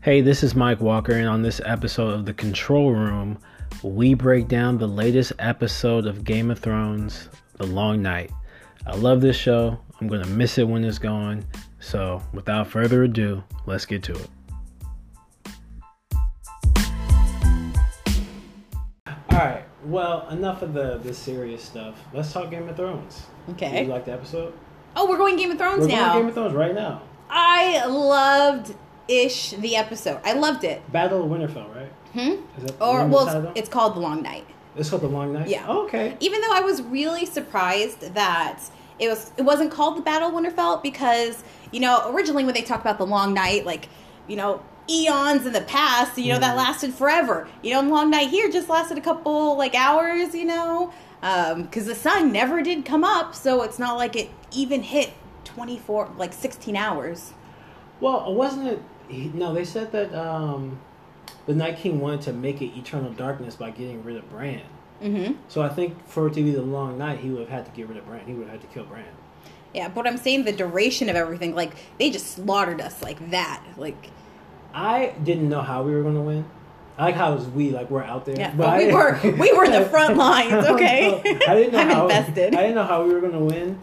Hey, this is Mike Walker, and on this episode of The Control Room, we break down the latest episode of Game of Thrones, The Long Night. I love this show. I'm going to miss it when it's gone. So, without further ado, let's get to it. All right. Well, enough of the, the serious stuff. Let's talk Game of Thrones. Okay. You like the episode? Oh, we're going Game of Thrones We're now. going Game of Thrones right now. I loved ish the episode. I loved it. Battle of Winterfell, right? Hmm? Is that Or Winterfell well, title? it's, it's called The Long Night. It's called the Long Night. Oh, Yeah. okay. Even though I was really surprised that it was it wasn't called the Battle of Winterfell because you know originally when they talk about the Long Night, like you know eons in the past, you know Mm-hmm. that lasted forever. You know, and Long Night here just lasted a couple like hours. You know, because the sun never did come up, so it's not like it even hit twenty four like sixteen hours. Well, wasn't it? he- No, they said that um, the Night King wanted to make it eternal darkness by getting rid of Bran. Mm-hmm. So I think for it to be the Long Night, he would have had to get rid of Bran. He would have had to kill Bran. Yeah, but I'm saying the duration of everything, like they just slaughtered us like that. Like I didn't know how we were going to win. I like how it was we, like we're out there. Yeah, I we didn't- were- we were in the front lines, I don't okay? know. I didn't know I'm how, invested. I didn't know how we were going to win.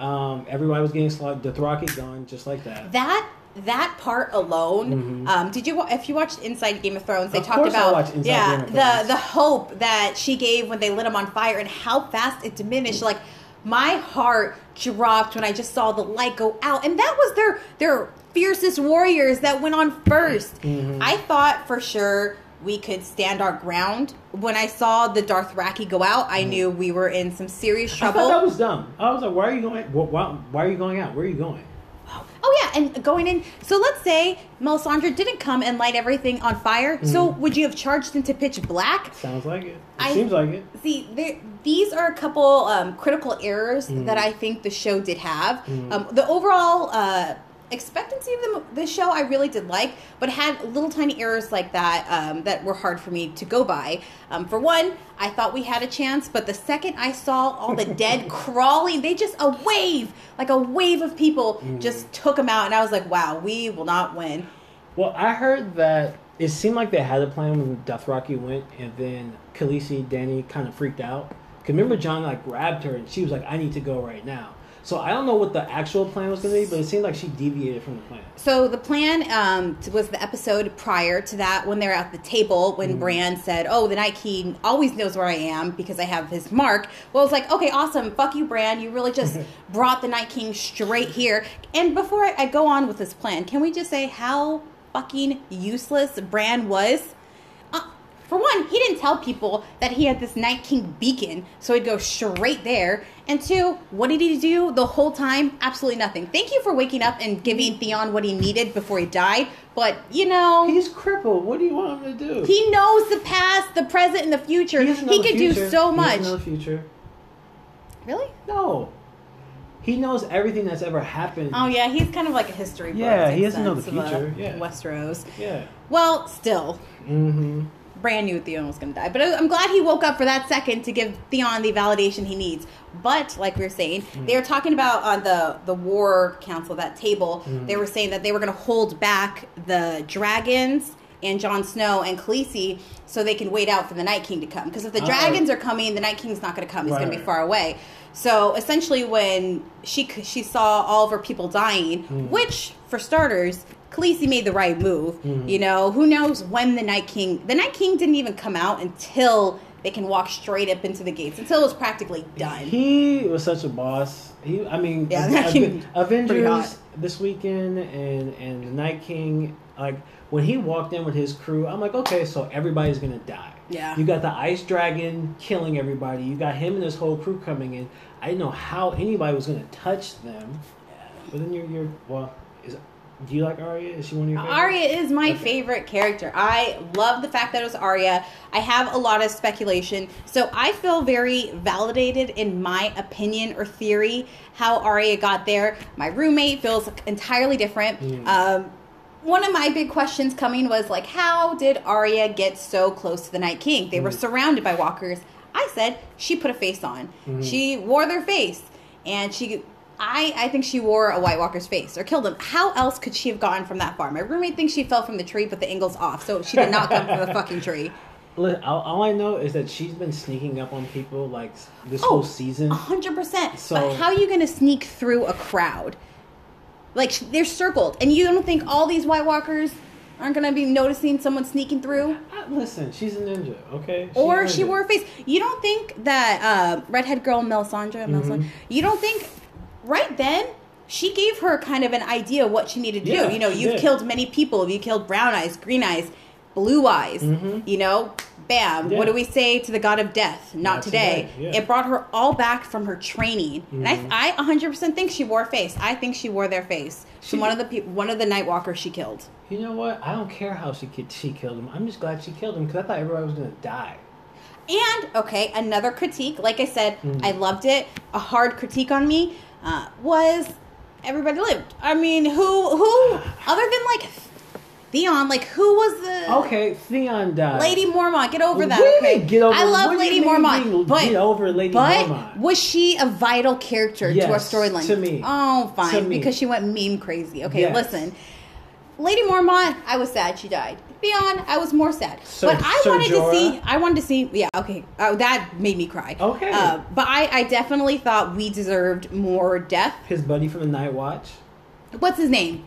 Um, everybody was getting slaughtered. Dothraki gone, just like that. that that part alone. Mhm. Um, did you wa- if you watched Inside Game of Thrones, they Of talked course I about watched Inside yeah Game of Thrones. the the hope that she gave when they lit him on fire and how fast it diminished. Like my heart dropped when I just saw the light go out, and that was their their fiercest warriors that went on 1st Mhm. I thought for sure. We could stand our ground. When I saw the Dothraki go out, I knew we were in some serious Mm-hmm. I trouble. thought that was dumb. I was like, why are you going? wh- Why, why are you going out? Where are you going? Oh yeah, and going in. So let's say Melisandre didn't come and light everything on fire. So would you have charged into pitch black? Sounds like it. It I- seems like it. See, there, these are a couple um, critical errors that I think the show did have. Um, the overall uh, expectancy of the, the show I really did like, but had little tiny errors like that um, that were hard for me to go by. Um, for one, I thought we had a chance, but the second I saw all the dead crawling, they just a wave, like a wave of people just took them out, and I was like, wow, we will not win. Well, I heard that it seemed like they had a plan when Dothraki went, and then Khaleesi, Danny kind of freaked out. 'Cause remember, John like grabbed her, and she was like, "I need to go right now." So I don't know what the actual plan was going to be, but it seemed like she deviated from the plan. So the plan um, t- was the episode prior to that when they're at the table when Bran said, "Oh, the Night King always knows where I am because I have his mark." Well, I was like, "Okay, awesome. Fuck you, Bran. You really just brought the Night King straight here." And before I, I go on with this plan, can we just say how fucking useless Bran was? Uh, for one, he didn't tell people that he had this Night King beacon, so he'd go straight there. And two, what did he do the whole time? Absolutely nothing. Thank you for waking up and giving Theon what he needed before he died, but you know, He's crippled. What do you want him to do? he knows the past, the present, and the future. He, doesn't know the could future. do so He doesn't much. know the future. Really? No, he knows everything that's ever happened. Oh yeah, he's kind of like a history. buff Yeah, in he a doesn't know the sense of, uh, future. Yeah. Westeros. yeah. Well, still, Mm-hmm. Brand knew Theon was going to die. But I- I'm glad he woke up for that second to give Theon the validation he needs. But like we were saying, Hmm. they were talking about on the the war council that table. Hmm. They were saying that they were going to hold back the dragons and Jon Snow and Khaleesi so they can wait out for the Night King to come. Because if the Oh. dragons are coming, the Night King's not going to come. He's going to Right. be far away. So essentially, when she c- she saw all of her people dying, Hmm. which for starters, Khaleesi made the right move. Mm. You know, who knows when the Night King? The Night King didn't even come out until they can walk straight up into the gates. Until it was practically done. He was such a boss. He, I mean, Yeah, Aven- Night King, pretty hot. Avengers this weekend and and the Night King. Like when he walked in with his crew, I'm like, okay, so everybody's gonna die. Yeah. You got the Ice Dragon killing everybody. You got him and his whole crew coming in. I didn't know how anybody was gonna touch them. But then you're, you're well. Is, do you like Arya? Is she one of your favorites? Uh, Arya is my Okay. favorite character. I love the fact that it was Arya. I have a lot of speculation, so I feel very validated in my opinion or theory how Arya got there. My roommate feels entirely different. Mm. Um, one of my big questions coming was like, how did Arya get so close to the Night King? They were surrounded by walkers. I said she put a face on. She wore their face, and she I, I think she wore a White Walker's face or killed him. How else could she have gotten from that far? My roommate thinks she fell from the tree, but the angle's off, so she did not come from the fucking tree. Listen, all, all I know is that she's been sneaking up on people like s- this Oh, whole season. hundred percent. So- But how are you going to sneak through a crowd? Like sh- they're circled, and you don't think all these White Walkers aren't going to be noticing someone sneaking through? Ah, Listen, she's a ninja, okay? She's Or a she ninja. wore a face. You don't think that uh, redhead girl Mm-hmm. Melisandre, Melisandre, you don't think right then she gave her kind of an idea of what she needed to Yeah, do. You know, she you've did. killed many people. You killed brown eyes, green eyes, blue eyes. You know, bam. Mm-hmm. Yeah. What do we say to the god of death? Not, Not today. today, yeah. Mm-hmm. It brought her all back from her training, and I, I 100% think she wore a face. I think she wore their face. She- From one of the pe- one of the Nightwalkers she killed. You know what? I don't care how she ki- she killed him. I'm just glad she killed him because I thought everybody was gonna die. And okay, another critique. Like I said, Hmm. I loved it. A hard critique on me uh, was everybody lived. I mean, who who other than like Theon? Like who was the Okay, Theon died. Lady Mormont? Get over that. What do you okay? mean, get over- I love what do you Lady mean, Mormont, get but over Lady but Mormont? was she a vital character to our Yes, storyline? to me. Oh, fine, To me. because she went meme crazy. Okay, Yes. listen. Lady Mormont, I was sad she died. Beyond, I was more sad. Ser- but I Ser wanted Jorah? to see. I wanted to see. Yeah, okay. Oh, that made me cry. Okay. Uh, but I, I definitely thought we deserved more death. His buddy from the Night Watch. What's his name?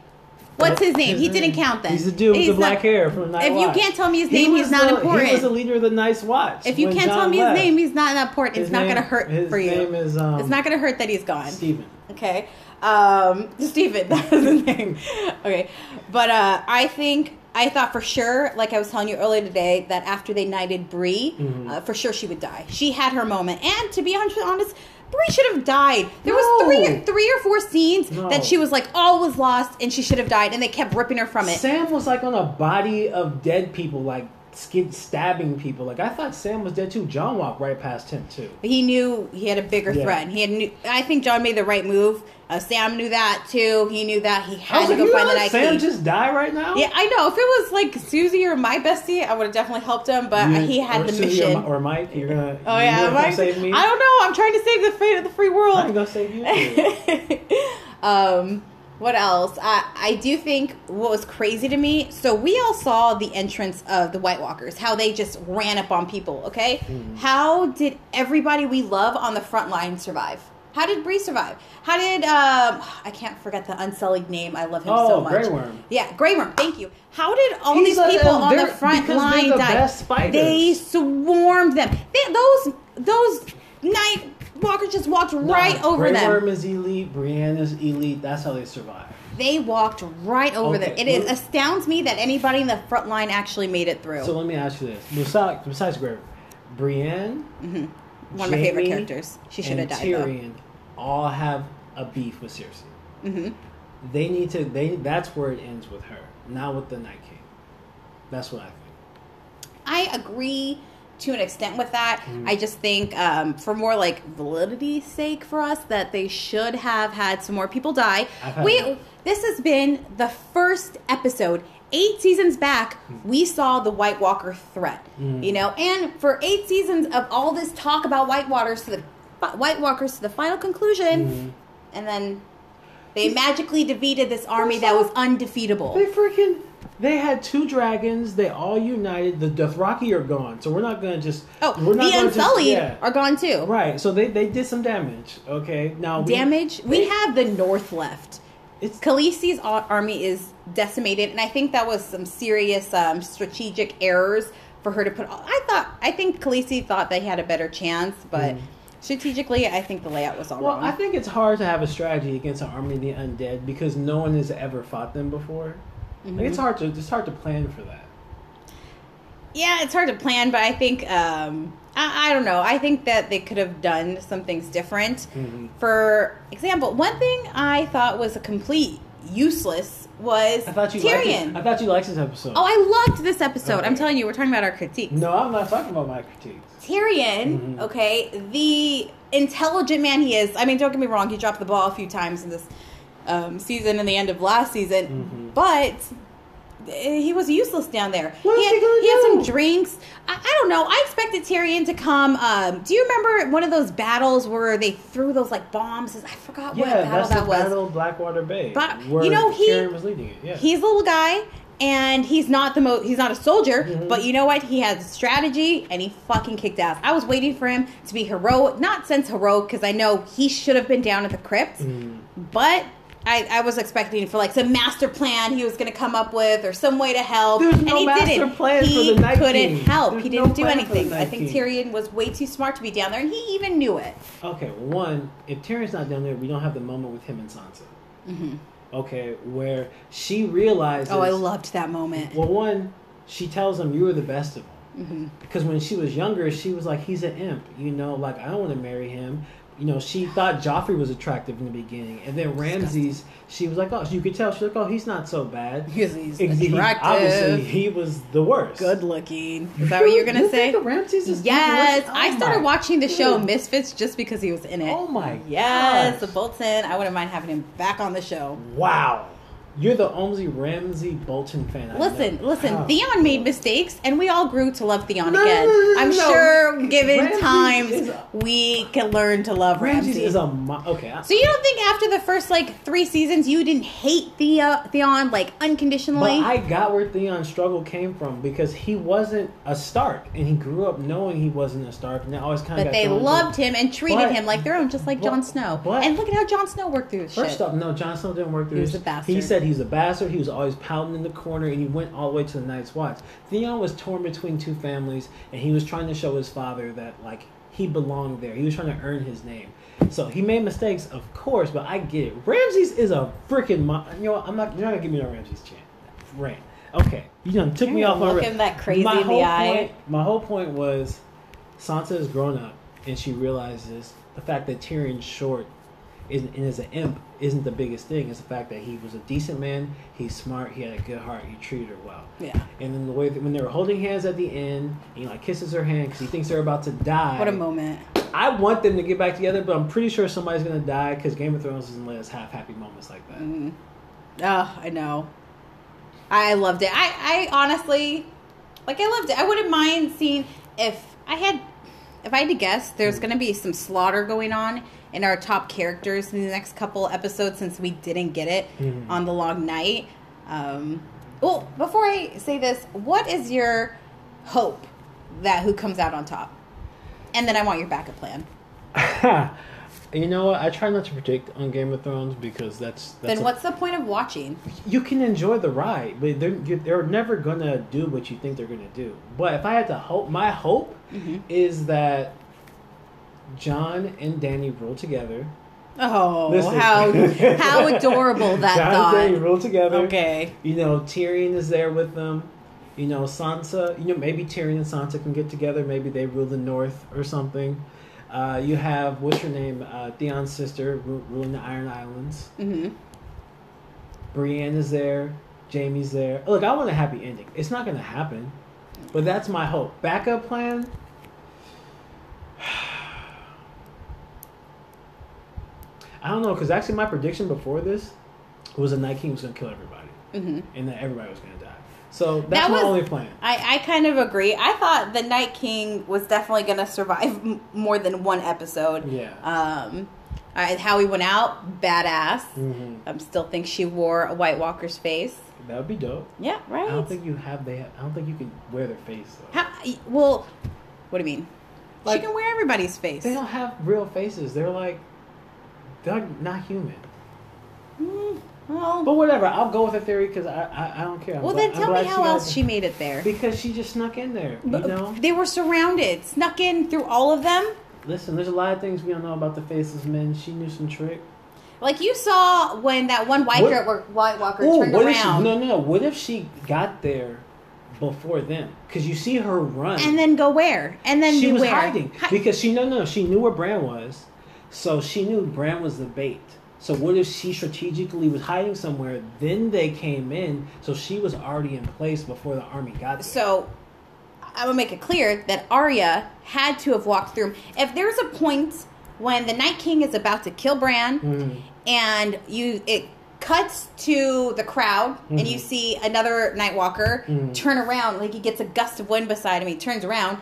What's his name? He didn't count then. He's the dude with the black not- hair from the Night If you Watch. can't tell me his He name, was he's not the- important. He was the leader of the Night Watch. if you when can't John tell me left. his name, he's not important. His It's not going to name- hurt his for you. name is, um, it's not going to hurt that he's gone. Steven. Okay. Um, Steven, that was his name. Okay. But uh, I think, I thought for sure, like I was telling you earlier today, that after they knighted Bree, Mm-hmm. uh, for sure she would die. She had her moment. And to be honest, honest Bree should have died. There was No. three, three or four scenes No. that she was like, all was lost and she should have died. And they kept ripping her from it. Sam was like on a body of dead people, like skid stabbing people. Like I thought Sam was dead too. John walked right past him too. But he knew he had a bigger Yeah. threat. He had. Knew, I think John made the right move. Uh, Sam knew that too. He knew that he I had was to like, go you find the let night Sam key. just die right now? yeah, I know. If it was like Susie or my bestie, I would have definitely helped him. But You- uh, he had or the Susie mission. Or, Mi- or Mike, you're gonna. oh you're yeah, gonna Mike- come save me. I don't know. I'm trying to save the fate of the free I can world. go save you. too. um, what else? I I do think what was crazy to me. So we all saw the entrance of the White Walkers, how they just ran up on people. Okay, Hmm. how did everybody we love on the front line survive? How did Bree survive? How did um, I can't forget the unsullied name? I love him so Oh, much. Grey Worm. Yeah, Grey Worm. Thank you. How did all He's these a- uh, people on the they're- front because line they're the die? best fighters. They swarmed them. They, those those night walkers just walked right over Grey them. Worm is elite. Brienne is elite. That's how they survive. They walked right over Okay, them. It is, well- astounds me that anybody in the front line actually made it through. So let me ask you this: besides, besides Grey Worm, Brienne, Mm-hmm. One of my favorite Jaime, characters. She should and have died Tyrion all have a beef with Cersei. Mm-hmm. They need to. They that's where it ends with her, not with the Night King. That's what I think. though. I agree to an extent with that. Mm-hmm. I just think um, for more like validity's sake for us that they should have had some more people die. I've had We enough. this has been the first episode. Eight seasons back, Mm. we saw the White Walker threat, you know, and for eight seasons of all this talk about White Walkers to the White Walkers to the final conclusion, Mm-hmm. and then they magically defeated this army that was They undefeatable. freaking. They had two dragons. They all united. The Dothraki are gone, so we're not gonna just. Oh, we're not gonna the just- Unsullied yeah. are gone too. Right, so they, they did some damage. Okay, now we, Damage. We have the North left. It's Khaleesi's ar- army is decimated, and I think that was some serious um, strategic errors for her to put. I thought, I think Khaleesi thought they had a better chance, but strategically, I think the layout was all Hmm. well, wrong. I think it's hard to have a strategy against an army of the undead because no one has ever fought them before. Mm-hmm. Like it's hard to it's hard to plan for that. yeah, it's hard to plan, but I think um, I, I don't know. I think that they could have done some things different. Hmm. For example, one thing I thought was a complete useless was I thought you liked Tyrion. this, I thought you liked this episode. Oh, I loved this episode. I'm Okay. telling you, we're talking about our critiques. no, I'm not talking about my critiques. Tyrion, Mm-hmm. okay, the intelligent man he is. I mean, don't get me wrong, he dropped the Mm-hmm. ball a few times in this um, season and the end of last season, but he was useless down there. What he is had, he gonna had some do? drinks. I, I don't know. I expected Tyrion to come. Um, do you remember one of those battles where they threw those like bombs? I forgot what Yeah, battle that's that the was. battle of Blackwater Bay. But- where you know, he- Tyrion was leading it. Yeah, He's a little guy, and he's not the mo. He's not a soldier, Mhm. but you know what? He had strategy, and he fucking kicked ass. I was waiting for him to be heroic, not since heroic, because I know he should have been down at the crypt, Mm. but. I, I was expecting for like some master plan he was going to come up with or some way to help, There's and no he master didn't. plan for he the Night couldn't King. help. There's he no didn't do plan for the anything. Night I think King. Tyrion was way too smart to be down there, and he even knew it. Okay, well, one, if Tyrion's not down there, we don't have the moment with him and Sansa. Okay, where she realizes. Mm-hmm. Oh, I loved that moment. Well, one, she tells him, "You were the best of them." Mm-hmm. Because when she was younger, she was like, "He's an imp," you know, like I don't want to marry him. You know, she thought Joffrey was attractive in the beginning, and then Ramses, she was like, "Oh, you could tell." She's like, "Oh, he's not so bad." Because he's Ex- he- attractive. obviously, he was the worst. good looking. Is that what you're gonna You say? think of Ramses as Yes, the worst? Oh I started my watching the show dude. Misfits just because he was in it. Oh my gosh. Yes, the Bolton. I wouldn't mind having him back on the show. Wow, you're the only Ramsey Bolton fan. I Listen, know. listen. Wow. Theon made mistakes, and we all grew to love Theon No, again. no, no, no, I'm no. sure, given Ramses times, is- we can learn to love Ramses Ramsey. is a mo- okay. I- so you don't think after the first like three seasons you didn't hate Theo- Theon like But unconditionally? I got where Theon's struggle came from because he wasn't a Stark, and he grew up knowing he wasn't a Stark, and that always kind of. but they loved him and treated But- him like their own, just like but- Jon Snow. but- and look at how Jon Snow worked through this First shit. off, no, Jon Snow didn't work through. He was his- a bastard. He said he was a bastard. He was always pouting in the corner, and he went all the way to the Night's Watch. Theon was torn between two families, and he was trying to show his father that like he belonged there. He was trying to earn his name. So he made mistakes, of course, but I get it. Ramses is a freaking. Mo- you know, what? I'm not. You're not gonna give me no Ramses chant. Rant. Okay, you done took me You're off my. looking ra- that crazy my in the whole eye. Point, my whole point was, Sansa is grown up, and she realizes the fact that Tyrion's short is and as an imp isn't the biggest thing. It's the fact that he was a decent man. He's smart. He had a good heart. He treated her well. yeah. And then the way that when they were holding hands at the end, he like kisses her hand because he thinks they're about to die. What a moment. I want them to get back together, but I'm pretty sure somebody's gonna die because Game of Thrones doesn't let us have happy moments like that. Mm. Oh, I know. I loved it. I, I honestly, like, I loved it. I wouldn't mind seeing if I had, if I had to guess, there's going to be some slaughter going on in our top characters in the next couple episodes since we didn't get it Mhm. on the long night. Um, well, before I say this, what is your hope that who comes out on top? And then I want your backup plan. you know what? I try not to predict on Game of Thrones because that's, that's then a- what's the point of watching? you can enjoy the ride, but they're you- they're never gonna do what you think they're gonna do. But if I had to hope, my hope Mm-hmm. is that John and Danny rule together. Oh, Listen. how how adorable that John and Danny thought. rule together. Okay. You know, Tyrion is there with them. You know, Sansa. You know, maybe Tyrion and Sansa can get together. Maybe they rule the North or something. Uh, you have what's her name? Uh, Theon's sister ru- ruling the Iron Islands. hmm Brienne is there. Jamie's there. Look, I want a happy ending. It's not going to happen. But that's my hope. Backup plan? I don't know, because actually my prediction before this was the Night King was going to kill everybody. hmm And that everybody was going to die. So that's That my was- only plan. I, I kind of agree. I thought the Night King was definitely going to survive m- more than one episode. Yeah. Um, I, how he went out, badass. hmm I um, still think she wore a White Walker's face. That would be dope. Yeah, I right. don't think you have they. I don't think you can wear their face though. how, well, what do you mean? Like- she can wear everybody's face. They don't have real faces. They're like, they're not human. Mm, well, But whatever, I'll go with the theory because I, I I don't care. I'm well, glad- then I'm tell me glad how got else it. she made it there. Because she just snuck in there, you But know. They were surrounded, snuck in through all of them. Listen, there's a lot of things we don't know about the faceless men. She knew some trick. Like you saw when that one white What- girl, white walker Ooh, turned what if she, around no, no, no. What if she got there before them? Because you see her run, and then go where? And then she be was where? hiding Hi- because she no, no, she knew where Bran was, so she knew Bran was the bait. So what if she strategically was hiding somewhere? Then they came in, so she was already in place before the army got there. so I will make it clear that Arya had to have walked through. If there's a point when the Night King is about to kill Bran Mhm. and you it cuts to the crowd and Mm-hmm. you see another Nightwalker Mm. turn around. Like he gets a gust of wind beside him. He turns around.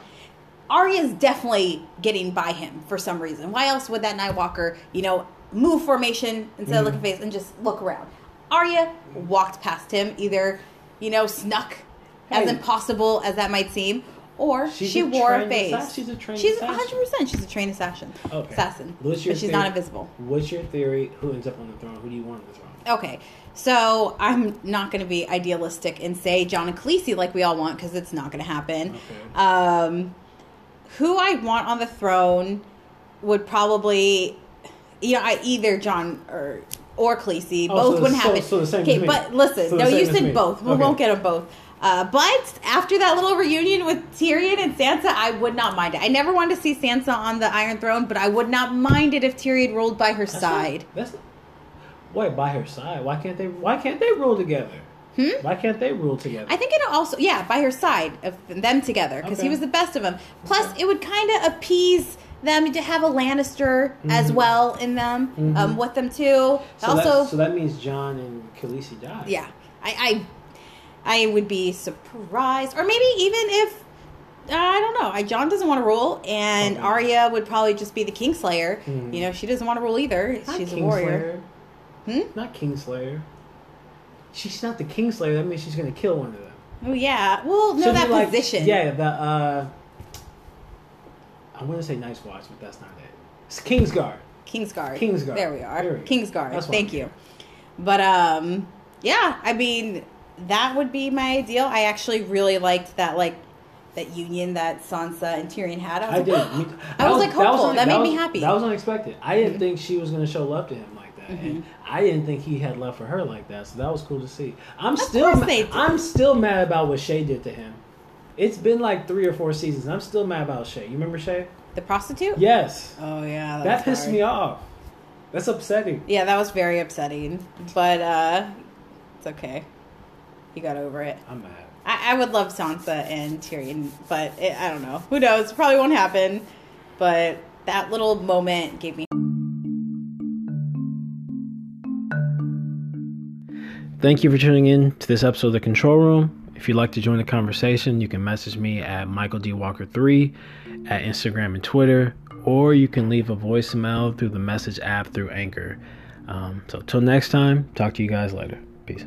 Arya's definitely getting by him for some reason. Why else would that Nightwalker, you know, move formation Mm. instead of look at face and just look around? Arya walked past him, either, you know, snuck, as Hey. impossible as that might seem, or She's she a wore a trained face. assa- she's a trained She's assassin. 100%. She's a trained assassin. Okay. Assassin. What's your but she's not theory- invisible. What's your theory? Who ends up on the throne? Who do you want on the throne? Okay, so I'm not going to be idealistic and say John and Khaleesi like we all want because it's not going to happen. Okay. Um, who I want on the throne would probably, you know, I, either John or or Khaleesi. Oh, so both the- wouldn't so- happen. so the same as okay, me. but listen, So the no, you same as me. said both. We Okay. won't get them both. Uh, but after that little reunion with Tyrion and Sansa, I would not mind it. I never wanted to see Sansa on the Iron Throne, but I would not mind it if Tyrion rolled by her That's not- side. That's not- why by her side. Why can't they? Why can't they rule together? Hmm? Why can't they rule together? I think it also, yeah, by her side of them together because Okay. he was the best of them. Plus, it would kind of appease them to have a Lannister as well in them, um, with them too. Mm-hmm. so also, that, so that means John and Khaleesi died. yeah, I, I, I would be surprised, or maybe even if I don't know. I, John doesn't want to rule, and Okay. Arya would probably just be the Kingslayer. Mhm. You know, she doesn't want to rule either. Not She's Kingslayer. a warrior. Hmm? Not Kingslayer. She's not the Kingslayer. That means she's gonna kill one of them. Oh yeah. Well, no, She'll be that like- position. Yeah, the uh, I want to say Night's Watch, but that's not it. It's Kingsguard. Kingsguard. Kingsguard. There we are. There we go. Kingsguard. That's what Thank I'm you. But um yeah, I mean that would be my ideal. I actually really liked that like that union that Sansa and Tyrion had. I I was did. like, Me- I was like hopeful. un- That made was- me happy. That was unexpected. I didn't think she was going to show love to him like that, and Mm-hmm. I didn't think he had love for her like that. So that was cool to see. I'm still, course ma- they did. I'm still mad about what Shay did to him. It's been like three or four seasons. and I'm still mad about Shay. You remember Shay? the prostitute? Yes. Oh yeah. that was pissed hard. me off. That's upsetting. Yeah, that was very upsetting. But uh it's okay. You got over it. I'm mad. I, I would love Sansa and Tyrion, but it, I don't know. Who knows? Probably won't happen. But that little moment gave me Thank you for tuning in to this episode of The Control Room. If you'd like to join the conversation, you can message me at Michael D. Walker3 at Instagram and Twitter, or you can leave a voicemail through the message app through Anchor. Um, so, till next time, talk to you guys later. Peace.